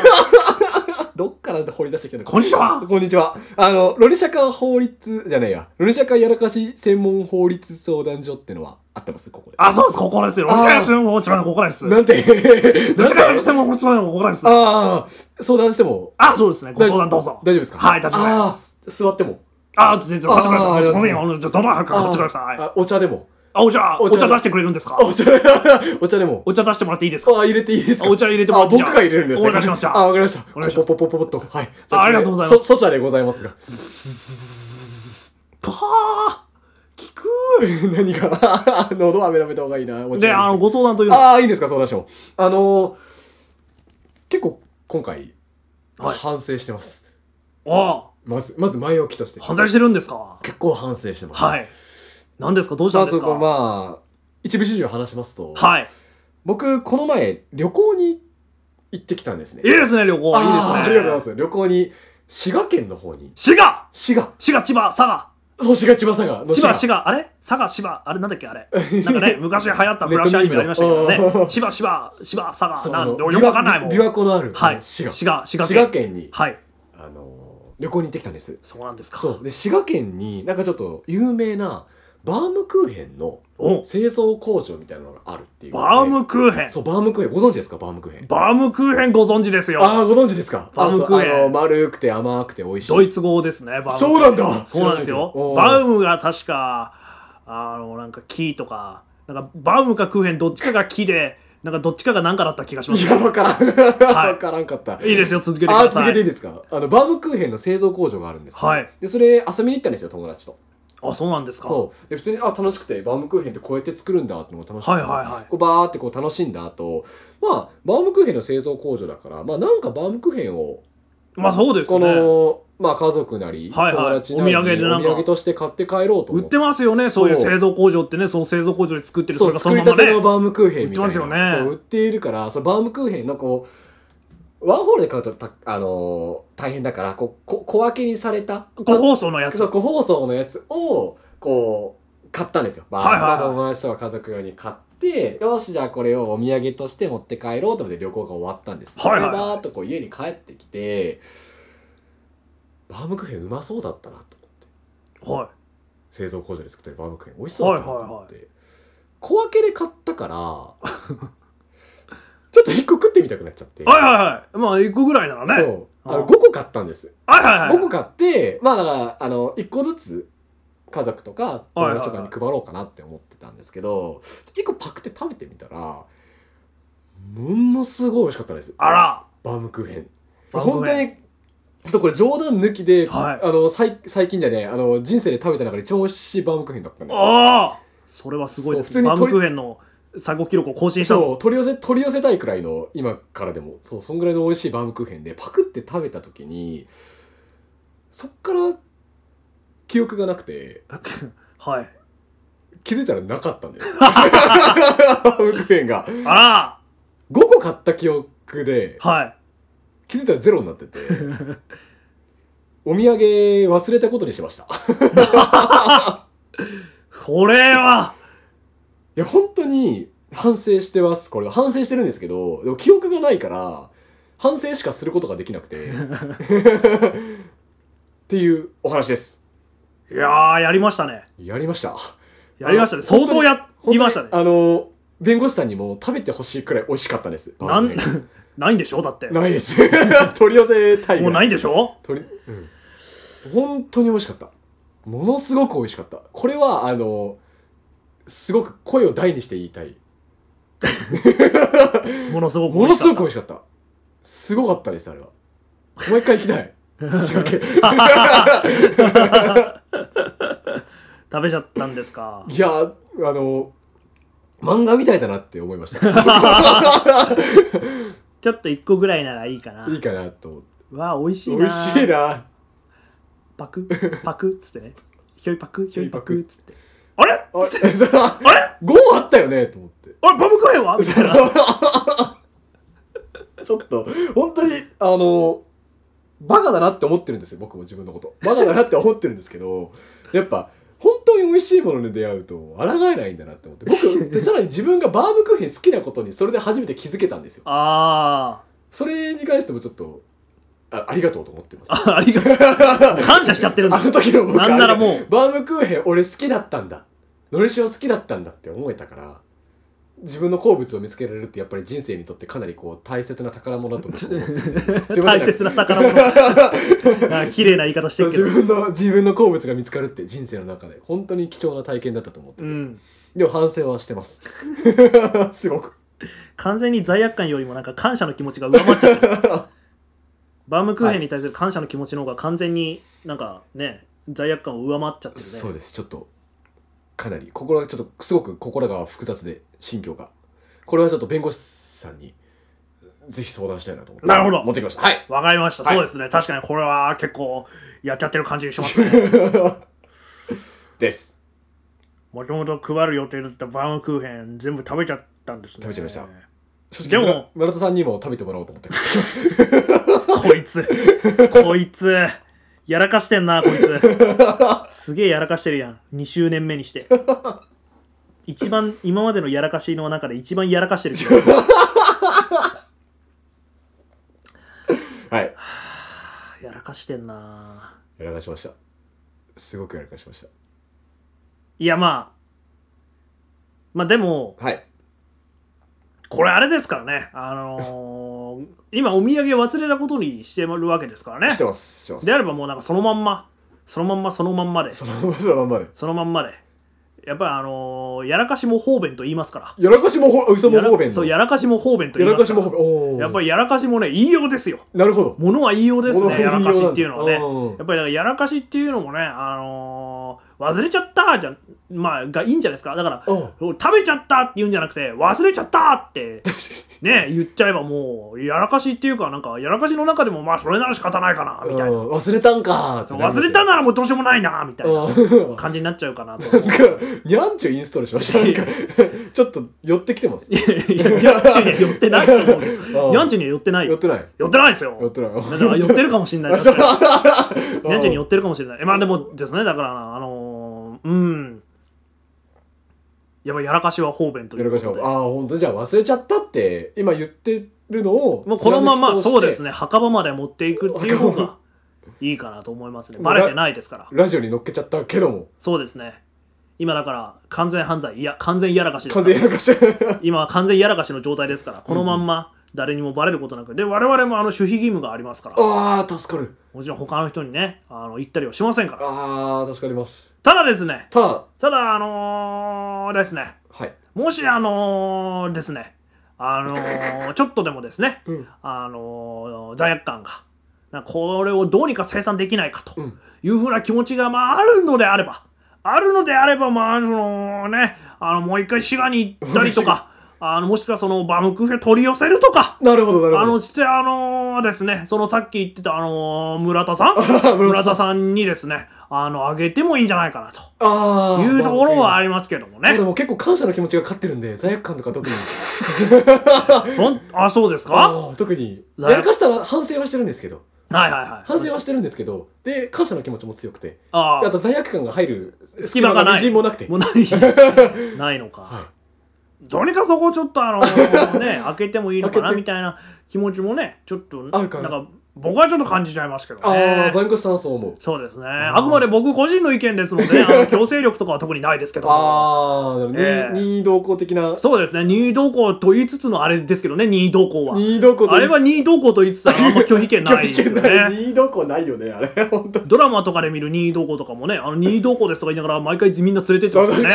どっから掘り出してきたのこんにちはこんにちは。あの、ロリシャカ法律、じゃないや。ロリシャカやらかし専門法律相談所ってのはあってますここで。あ、そうです、ここですよ。あー俺がもちろんここです。なん て、吉なん川て先生ももちろんここで す。ああ、相談しても。あ、そうですね、ご相な談どうぞ。大丈夫ですかはい大丈夫ですす。座っても。あ、全然、あーこっちくだあさりがとうい。ごござめいん、まあの、じゃあどのかこっちください。あお茶でも。あ、お茶、おお茶茶出してくれるんですかあお茶、 お茶でも。お茶出してもらっていいですかあ、入れていいですかお茶入れてもらあ、っていい僕ですかが入れるんですね。お願いしましたあ、わかりました。お願いしますポポポポポっと。はい。あありがとうございますそ、訴者でございますが。 パー聞く 何が、喉飴舐めた方がいいな。お茶で、あの、ご相談というのあは、あ、いいんですか、相談しても。あのー、結構今回、はい反省してます。あまず、まず前置きとして。犯罪してるんですか結構反省してます。はい。何ですかどうしたまんあ、ですそかこ、まあ、一部始終話しますと、はい。僕、この前、旅行に行ってきたんですね。いいですね、旅行。いいですね。あーありがとうございま。す。旅行に、滋賀県の方に、滋賀滋賀、滋賀、千葉、佐賀。そう、滋賀、千葉、佐賀の千葉、滋賀、あれ佐賀、千葉、あれなんだっけあれ。なんかね、 昔流行ったフラッシュアニメありましたけどネットニュースの ね。千葉、千葉、千葉、佐そ賀、うなあんので、よくわかんないもん。琵琶琵琶湖のある、はい。滋賀、滋賀、滋賀滋賀県。県に、はい。あのー、旅行に行ってきたんです。そうなんですか。そうで滋賀県になんかちょっと有名なバームクーヘンのお製造工場みたいなのがあるっていうバークムクーヘン。そうバームクーヘンご存知ですかバームクーヘンバームクーヘンご存知ですよ。ああご存知ですかバームクーヘンあそうあの丸くて甘くて美味しいドイツ語ですね、バームクーヘンそうなんだそうなんです知らないよ。けどバウムが確か、あの、なんか木とか、なんかバウムかクーヘン、どっちかが木で、なんかどっちかが何かだった気がしまいす。やわからん、いわからんかったいいですよ、続けてくあだー続さけていいい。ですかあのバームクーヘンの製造工場があるんですよはいでそれ遊びに行ったんですよ友達とあ、そうなんですか。そうで普通にあ楽しくてバームクーヘンってこうやって作るんだってのが楽しくて、はいはいはいこうバーってこう楽しんだ後まあバームクーヘンの製造工場だからまあなんかバームクーヘンをまあそうですこね。の、まあ、家族なり、はいはい友達なりお土産でなんかお土産として買って帰ろうと売思ってますよね、そそうういう製造工場ってね、その製造工場で作ってる、それうがそ作のりままたねてのバームクーヘンみたいな売ってますよねそう売っているからそのバームクーヘンのこうワンホールで買うとた、あのー大変だから、こう、こ小分けにされた、ご放送のやつ。そう、個包装のやつを、こう、買ったんですよ。まあ、はいはいはいまあ友達とか家族用に買って、よし、じゃあこれをお土産として持って帰ろうと思って旅行が終わったんです。はいはいはいでバーっとこう家に帰ってきて、バームクーヘンうまそうだったなと思って。は製造工場で作ってるバームクーヘン美味しそうだったなと思って。小分けで買ったから、 ちょっと一個食ってみたくなっちゃって。い。はいはいはい。まあ、1個ぐらいならね。そう。あうの、ん5個買ったんです。はいはいはい。 5個買って、まあだから、あの、1個ずつ、家族とか友達とかに配ろうかなって思ってたんですけど、1個パクって食べてみたら、ものすごい美味しかったです。あら。バウムクーヘン。バウム本ク当ーヘに、ちょっとこれ冗談抜きで、はいあの、最最近じゃね、あの、人生で食べた中で超美味しいバウムクーヘンだったんですよ。ああそれはすごいです。そう普通にバウム鳥クーヘンの最高記録を更新したと。そう、取り寄せ、取り寄せたいくらいの、今からでも、そう、そんぐらいの美味しいバウムクーヘンで、パクって食べた時に、そっから、記憶がなくて、はい。気づいたらなかったんです。バウムクーヘンが。あ5個買った記憶でら、はい。気づいたらゼロになって て、お土産忘れたことにしました。いこれは、や、本当に反省してます、これは。反省してるんですけど、でも記憶がないから、反省しかすることができなくて。っていうお話です。いやー、やりましたね。やりました。やりましたね。あの相当やりましたね。あの、弁護士さんにも食べてほしいくらい美味しかったです。なバウムんクーヘン、 ないんでしょだって。ないです。 取り寄せたいぐらい。もうないんでしょ鳥うん本当に美味しかったものすごく美味しかったこれはあのすごく声を大にして言いたいものすごく美もの味しすかごっく美味しかったすごかったですあれはもう一回行き たい仕掛けた。食べちゃったんですか。いやあの漫画みたいだなって思いました ちょっと1個ぐらいならいいかな。いいかなと思ってわあ、美味しいな。美味しいなパク、 パクっつってね。ひょいパク、ひょいパクひょっいつって。あれあさあれ5あったよねと思ってあれバブクーヘンはみたい な。ちょっと、本当に、あの、バカだなって思ってるんですよ、僕も自分のこと。バカだなって思ってるんですけど、やっぱ、本当に美味しいものに出会うと、抗えないんだなって思って。 僕、で、さらに自分がバームクーヘン好きなことに、それで初めて気づけたんですよ。あそれに関してもちょっと、あありがとうと思って ます。あ。ありがとう。感謝しちゃってるんだあ。の時の僕なんならもうバームクーヘン俺好きだったんだのりしお好きだったんだって思えたから自分の好物を見つけられるってやっぱり人生にとってかなりこう大切な宝物だと僕は思ってるんですすいません大切な宝物。なんか綺麗な言い方してるけ 自ど。分の自分の好物が見つかるって人生の中で本当に貴重な体験だったと思ってうる、ん。でも反省はしてます すごく完全に罪悪感よりもなんか感謝の気持ちが上回っちゃった。バームクーヘンに対する感謝の気持ちの方が完全になんかね、罪悪感を上回っちゃってるね。そうですちょっとかなり心がちょっとすごく心が複雑で心境がこれはちょっと弁護士さんにぜひ相談したいなと思ってなるほど持ってきましたはいわかりました、はいそうですね。確かにこれは結構やっちゃってる感じにしますね。ですもともと配る予定だったバームクーヘン全部食べちゃったんですね。食べちゃいましたでも村田さんにも食べてもらおうと思ってこいつ、こいつ、やらかしてんな、こいつ。すげえやらかしてるやん。2周年目にして。一番、今までのやらかしの中で一番やらかしてる気がする。はいやらかしてんな。やらかしましたすごくやらかしましたいや、まあ。まあでも、はいこれあれですからね。あのー、今お土産忘れたことにしてるわけですからねし。てますしてますであればもうなんかそのまんま、そのまんまそのまんまで、そのままそのまんまでそのまんまで。やっぱりあのー、やらかしも方便と言いますかやら。らかしもほ嘘も方や便らのそう、やらかしも方便とや言いらまかすしかもら。方便おーやっぱりやらかしもね、言いようですよ。なるほどものは言いようです物はね、言いやようなんらだかしっていうのはね。やうんっぱりだからやらかしっていうのもね、あの忘れちゃったじゃん、まあ、がいいんじゃないですか。だから、おう食べちゃったって言うんじゃなくて、忘れちゃったって、ね、言っちゃえばもう、やらかしっていうか、なんか、やらかしの中でも、まあ、それなら仕方ないかな、みたいな。うん忘れたんかーってなります忘れたならもうどうしようもないな、みたいなうん感じになっちゃうかなと。なんか、にゃんちゅうインストールしました。なん か、ちょっと寄ってきてます。いやいや、ニャンチュには寄ってないと思うよ。ニャンチュには寄ってない寄っよ。てない。寄ってないですよ。寄ってない。 だ から寄ってるかもしれない。ニあャ そンうチュに寄ってるかもしれない。えまあでもですね、だからな、あのー、うん。やっぱやらかしは方便とやいらうこかしはとで。ああ、本当にじゃあ忘れちゃったって、今言ってるのを、もうこのまま、そうですね。ね、墓場まで持っていくっていう方がいいかなと思いますね。バレてないですから。ラジオに乗っけちゃったけども、そうですね。今だから完全犯罪、いや、完全やらかしですか完ら全にやらかし。今は完全やらかしの状態ですから、このまんま誰にもバレることなく、で、我々もあの守秘義務がありますから、 ああ、助かる。もちろん他の人にね、あの言ったりはしませんから。ああ、助かります。ただですね、ただ、ただ、あのーですね、はい。もし、あのーですね、あのーちょっとでもですね、うん。あのー罪悪感が、なんかこれをどうにか生産できないかとうんいうふうな気持ちが、まあ、あるのであれば、あるのであれば、まあ、そのね、あの、もう一回滋賀に行ったりとか、あの、もしくはその、バムクフェ取り寄せるとか、なるほど、なあるほ の、ど。して、あのーですね、そのさっき言ってた、あのー村 田さん村村田さんにですね、あの、あげてもいいんじゃないかなとああ。いうところはあるりますけどもね。でね。も結構感謝の気持ちが勝ってるんで、罪悪感とか特に。ほんあ、そうですかはあー特に。や罪悪らかしたら反省はしてるんですけど。いはいはい。反省はしてるんですけど、で、感謝の気持ちも強くて、あでああ、と罪悪感が入る隙間がないみじんもなくても、うない、ないのか。はどうにかそこちょっとあのー ね、開けてもいいのか開なけてみたいな気持ちもね、ちょっと、あなるんかなか僕はちょっと感じちゃいますけどああねー、。バンコスさんはそう思う。そうですね。あーあくまで僕個人の意見ですの で、あの強制力とかは特にないですけども。ああ、ええ任意同行的な、そうですね。任意同行と言いつつのあれですけどね、任意同行は。任意同行とあれは任意同行と言いつつあんま拒否権ない ですよないね。任意同行ないよね、あれ、本当に。ドラマとかで見る任意同行とかもね、あの任意同行ですとか言いながら毎回みんな連れてってますよね。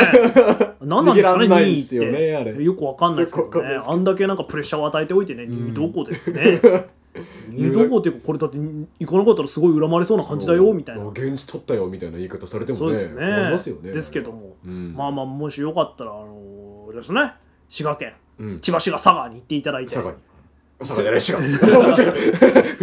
何なんですかね、逃げらんない任意んすよねあっれて。よくわかんないですけよくどわかんないねで。すけあんだけなんかプレッシャーを与えておいてね、任意同行ですよね。任意同行っていうか、これだって行かなかったらすごい恨まれそうな感じだよ、みたいなもう。現地取ったよ、みたいな言い方されてそもうね、です思いね。ますよね。ですけども。うん。まあまあ、もしよかったら、あのー、ですね、滋賀県、うん。千葉市が佐賀に行っていただいて、佐賀佐に。佐賀じゃない、滋賀。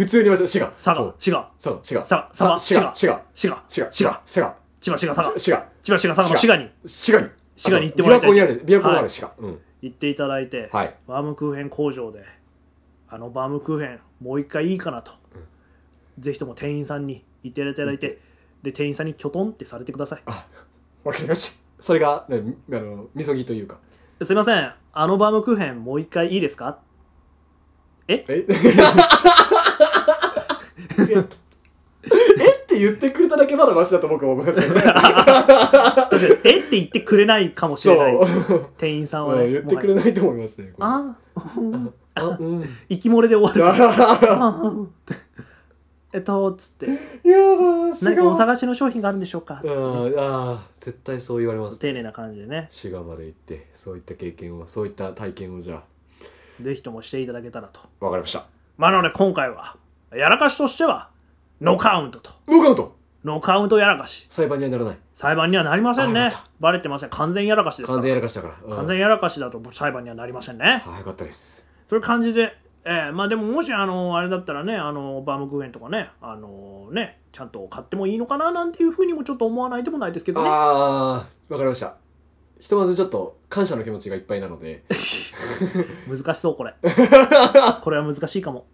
普通に言いました、滋賀。そう賀、滋賀、佐賀、滋賀。ささ佐賀滋賀、滋賀、滋賀、滋賀、滋賀、滋賀、千葉市が佐賀、滋賀、千葉市が佐賀の滋賀に滋賀に。滋賀に行ってもらいたい琵琶湖にある、琵琶湖にある滋賀。うん。行っていただいて、はい。バームクーヘン工場で、あのバームクーヘン、もう一回いいかなと、ぜひとも店員さんに言っていただいて、で、店員さんにきょとんってされてください。わかりました。それが、ね、みあの、みそぎというか。すいません、あのバームクーヘン、もう一回いいですか ええって言ってくれただけまだマシだと僕は思いますよ ね。えって言ってくれないかもしそ。れないう店員さんはうね、ん言ってくれもないと思いますね。はやあうんあ、 うん。息漏れで終わるやばああうんえっと、つって、ー、滋何賀かお探しの商品があるんでしょうかあーあー、絶対そう言われます。丁寧な感じでね、滋賀まで行って、そういった経験を、そういった体験をじゃぜひともしていただけたらと。あ、わかりました。まあ、なので今回は、やらかしとしては、ノーカウントと。ノーカウントノーカウントやらかし。裁判にはならない。裁判にはなりませあんねよかっ。バレてません。完全やらかしですから。完完全や全らかしたから。うんやらかしだと裁判にはなりませんね。あーよかったです。そういう感じで、えーまあでももし、あのあれだったらね、あのバームクーヘンとかね、あのね、ちゃんと買ってもいいのかななんていうふうにもちょっと思わないでもないですけどね。ああ、わかりました。ひとまずちょっと感謝の気持ちがいっぱいなので、 難しそう、これ。これは難しいかも。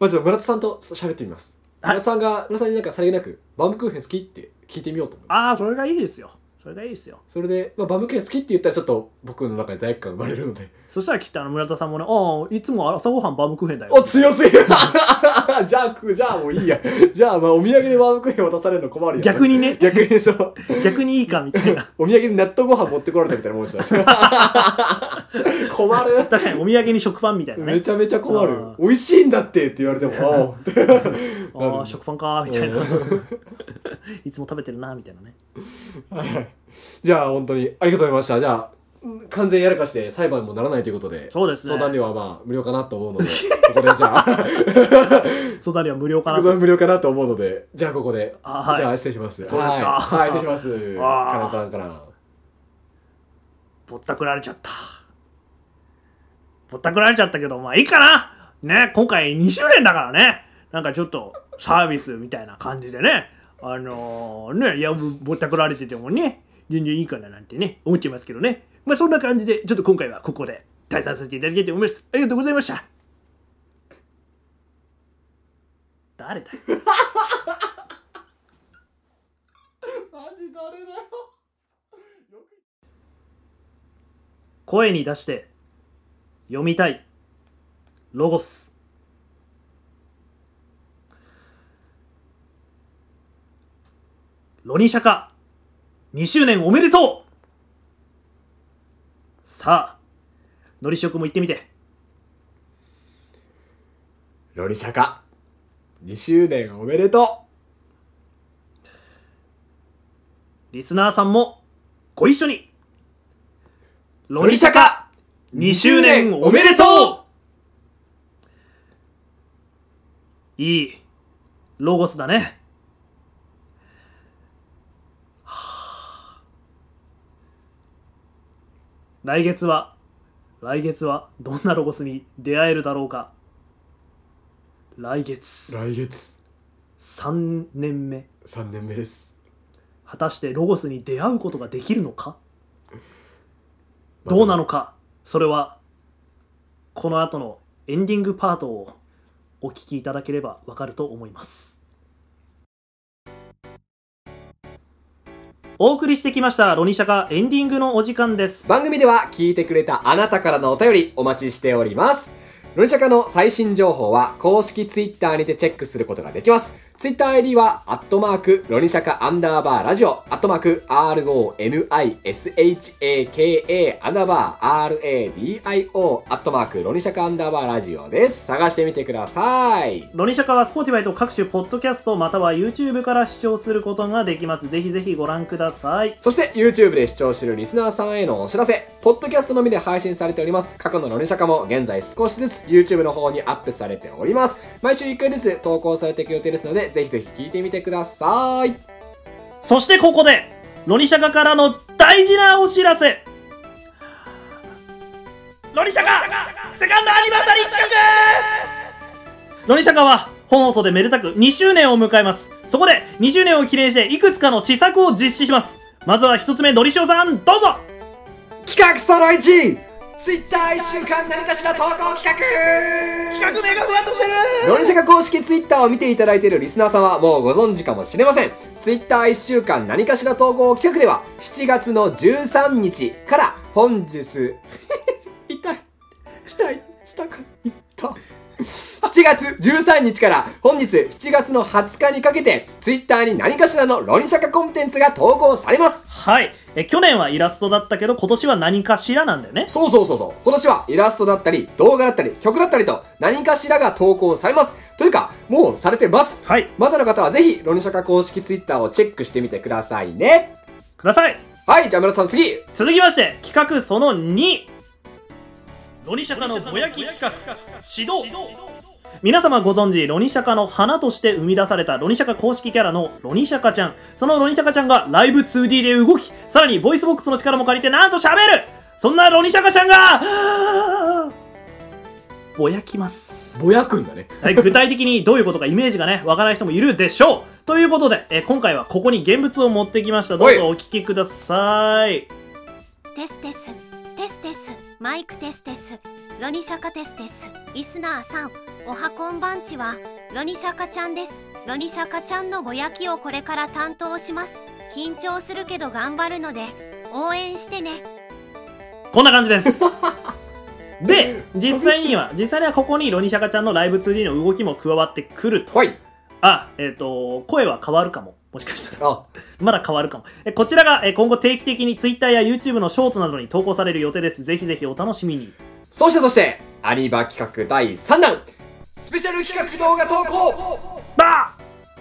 まあちょっと村田さんとちょっと喋ってみます。はい村田さんが、村田さんになんかさりげなく、バームクーヘン好きって聞いてみようと思います。ああ、それがいいですよ。それがいいですよ。それで、まあ、バームクーヘン好きって言ったらちょっと僕の中に罪悪感生まれるので。そしたらきっとあの村田さんもね、ああ、いつも朝ごはんバームクーヘンだ よ。お、強すぎる じゃあ食う、じゃあもういいや。じゃあまあお土産でバームクーヘン渡されるの困るよ。逆に。にね、逆にそう。逆にいいかみたいな。お土産に納豆ご飯持ってこられたみたいなもんでした。 困る。確かにお土産に食パンみたいなめね。ちゃめちゃ困ある。美味しいんだってって言われても、ああって。なるああ、食パンかーみたいな。 いつも食べてるなーみたいなね。はいじゃあ本当にありがとうございました。じゃあ完全やらかして裁判にもならないということで、そうですね。相談料はまあ無料かなと思うので、ここでじゃ あ、相談料は無料かな僕は無料かなと思うので、じゃあここで、あはいじゃあ失礼します。そうですかはい、はい、失礼します。あーカランカランカラン。ぼったくられちゃった。ぼったくられちゃったけど、まあいいかなね、今回2周年だからね。なんかちょっとサービスみたいな感じでね。あのー、ね、いや、ぼぼったくられててもね、全然いいかななんてね、思っちゃいますけどね。まあそんな感じで、ちょっと今回はここで退散させていただきたいと思います。ありがとうございました。誰だよ。マジ誰だよ。声に出して読みたいロゴスロニシャカ2周年おめでとうさあのりしおくんも行ってみてロリシャカ、2周年おめでとリスナーさんもご一緒にうロニシャカカ2周年おめでとういいロゴスだね、はあ来月は来月はどんなロゴスに出会えるだろうか来月来月、 3年目3年目です。果たしてロゴスに出会うことができるのかどうなのかそれはこの後のエンディングパートをお聞きいただければわかると思いますお送りしてきましたロニシャカエンディングのお時間です番組では聞いてくれたあなたからのお便りお待ちしております。ロリシャカの最新情報は公式ツイッターにてチェックすることができます。ツイッター ID は、アットマーク、ロニシャカアンダーバーラジオ、アットマーク、RONISHAKA アンダーバー RADIO、アットマーク、ロニシャカアンダーバーラジオです。探してみてください。ロニシャカは Spotify と各種ポッドキャストまたは YouTube から視聴することができますぜひぜひご覧くださいそして YouTube で視聴しているリスナーさんへのお知らせ、ポッドキャストのみで配信されております。過去のロネシャカも現在少しずつ YouTube の方にアップされております。毎週1回ずつ投稿されていく予定ですので、ぜひぜひ聞いてみてください。そしてここで、ロニシャカからの大事なお知らせロニシャカセカンドアニバーサリー企画ロニシャカは本放送でめでたく2周年を迎えます。そこで2周年を記念していくつかの試作を実施します。まずは1つ目、のりしおさん、どうぞ企画その 1!Twitter1 週間何かしら投稿企画画名がふわっとしてるロニシャカ公式ツイッターを見ていただいているリスナーさんはもうご存知かもしれません。ツイッター1週間何かしら投稿企画では7月の13日から本日、 痛い、したい、したか、いった。7月13日から本日7月の20日にかけてツイッターに何かしらのロニシャカコンテンツが投稿されます。はいえ。去年はイラストだったけど、今年は何かしらなんだよね。そうそうそうそう。今年はイラストだったり動画だったり曲だったりと何かしらが投稿されます。というか、もうされてます。はい。まだの方はぜひ、ロニシャカ公式ツイッターをチェックしてみてくださいね。くださいはい、じゃあ村田さん次続きまして企画その2ロニシャカのぼやき企画指導皆様ご存知ロニシャカの花として生み出されたロニシャカ公式キャラのロニシャカちゃんそのロニシャカちゃんがライブ 2D で動きさらにボイスボックスの力も借りてなんと喋るそんなロニシャカちゃんがぼやきます ぼやくんだね。はい、具体的にどういうことかイメージがね、わからない人もいるでしょうということで、えー今回はここに現物を持ってきました。どうはいぞお聞きください。テステステステスマイクテステスロニシャカテステスリスナーさんおはこんばんちはロニシャカちゃんですロニシャカちゃんのぼやきをこれから担当します緊張するけど頑張るので応援してねこんな感 じです。で、実際には、実際にはここにロニシャカちゃんのライブ 2D の動きも加わってくると。はい。あ、えっ、と、声は変わるかも。もしかしたら。 あ、まだ変わるかも。えこちらがえ今後定期的に Twitter や YouTube のショートなどに投稿される予定です。ぜひぜひお楽しみに。そしてそして、アニバ企画第3弾スペシャル企画動画投稿バ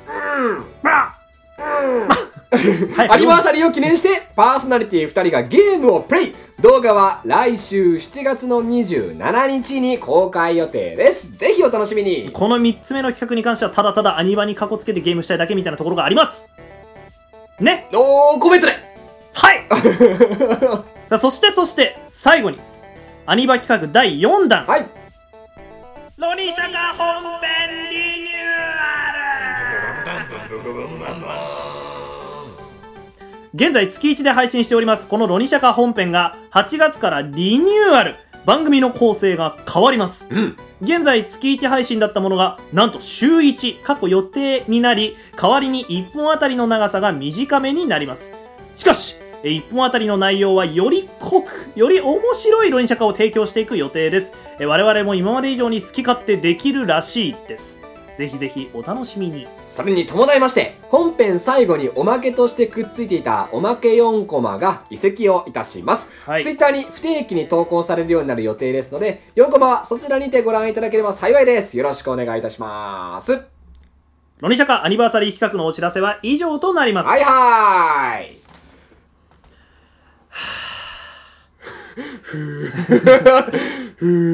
ーうん バーはいアニバーサリーを記念してパーソナリティ2人がゲームをプレイ動画は来週7月の27日に公開予定ですぜひお楽しみにこの3つ目の企画に関してはただただアニバにかこつけてゲームしたいだけみたいなところがありますねノーコメントではいさあそしてそして最後にアニバ企画第4弾はいロニシャカ本編リニューアル現在月1で配信しておりますこのロニシャカ本編が8月からリニューアル番組の構成が変わりますうん現在月1配信だったものがなんと週1過去予定になり代わりに1本あたりの長さが短めになりますしかしえー1本あたりの内容はより濃くより面白い論釈迦を提供していく予定ですえー我々も今まで以上に好き勝手できるらしいですぜひぜひお楽しみにそれに伴いまして本編最後におまけとしてくっついていたおまけ4コマが移籍をいたしますはツイッターに不定期に投稿されるようになる予定ですので、4コマはそちらにてご覧いただければ幸いです。よろしくお願いいたします。はロニシャカアニバーサリー企画のお知らせは以上となります、いはーい。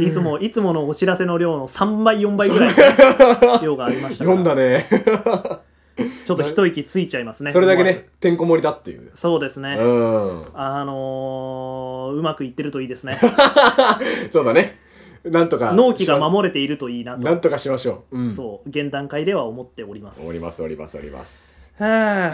い、つもいつものお知らせの量の3倍4倍ぐらいの量がありまし たから読んだね。ちょっと一息ついちゃいますねそれだけ思わずね、てんこ盛りだっていう。そうですね、うん。あのー、うまくいってるといいですね。 そうだね。なんとか。納期が守れているといいななと、んとかしましょう。うん。そう、現段階では思っております。おります、おります、おります。はあ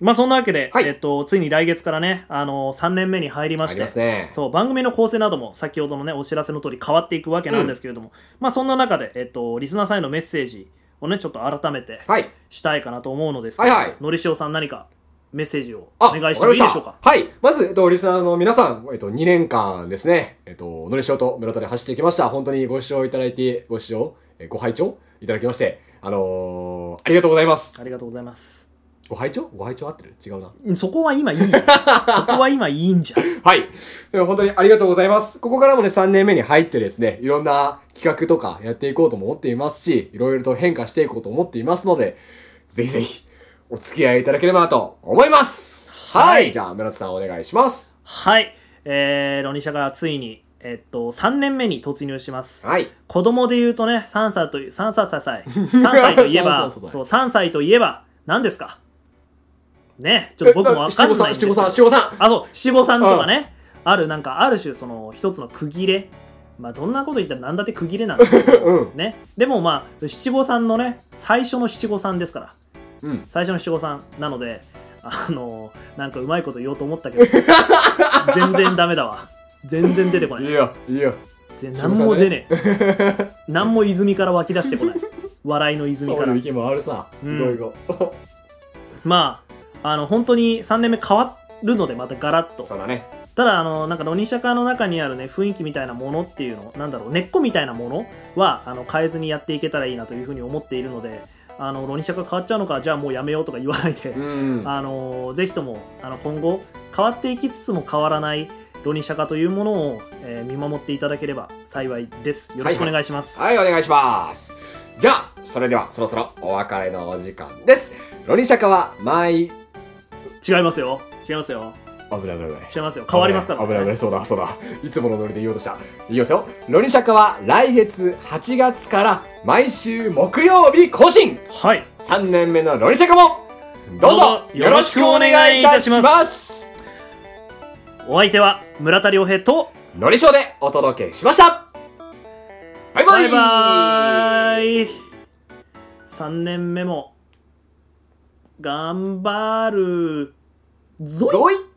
まあそんなわけで、はいえっと、ついに来月からね、あのー、3年目に入りまあしりて、ますね。そう番組の構成なども先ほどのねお知らせの通り変わっていくわけなんですけれども、まあそんな中で、えっと、リスナーさんへのメッセージをねちょっと改めてはい。したいかなと思うのですけど、はいはいのりしおさん何かメッセージをおあ、願いしてもいいでしょうわかりまたはい。まず、えっと、リスナーの皆さん、えっと、2年間ですね、えっと、のりしおと村田で走ってきました。本当にご視聴いただいて、ご視聴、えご拝聴いただきまして、あのー、ありがとうございまあす。りがとうございますご拝聴ご拝聴合ってる違うな。うんそこは今いいよそこは今いいんじゃんはい。でも本当にありがとうございます。ここからもね、3年目に入ってですね、いろんな企画とかやっていこうとも思っていますし、いろいろと変化していこうと思っていますので、ぜひぜひ、お付き合いいただければなと思います。はい。はいじゃあ、村田さんお願いします。はい、えー、ロニシャがついに、えっと、3年目に突入します。はい。子供で言うとね、3歳という、3歳、3歳、3 歳といえば、三歳そ三歳う3歳といえば、何ですかね、ちょっと僕もわかんないんで七すけ五ど三、七五三、あ、そう、七五三とかね、ある、なんか、ある種、その、一つの区切れ。まあ、どんなこと言ったら何だって区切れなんですけど、うんね。でもまあ、七五三のね、最初の七五三ですから。七五三。うん。最初の七五三なのであのなんかうまいこと言おうと思ったけど 全然ダメだわ全然出てこないいいよ、いいよ。全何も出ねえ何も泉から湧き出してこない笑いの泉そかういらう意見もあるさ。うんいろいろ。 まああの本当に3年目変わるのでまたガラッとそうだね。ただあのなんかロニシャカの中にあるね雰囲気みたいなものっていうのなんだろう根っこみたいなものはあの変えずにやっていけたらいいなというふうに思っているのであのロニシャカ変わっちゃうのかじゃあもうやめようとか言わないでうん。あのーぜひともあの今後変わっていきつつも変わらないロニシャカというものを、えー見守っていただければ幸いですよろしくお願いします、はい、お願いします。じゃあ、それではそろそろお別れのお時間です。ロニシャカは毎、違いますよ違いますよ危ない危ない危ない。違いますよ変わりますから、ね、危ない危ない、そうだそうだ。いつものノリで言おうとした。いきますよ。ロニシャカは来月8月から毎週木曜日更新はい !3 年目のロニシャカもどうぞよろしくお願いいたしますお相手は村田良平とノリショーでお届けしましたバイババイイバーイ3年目も頑張るぞいゾイ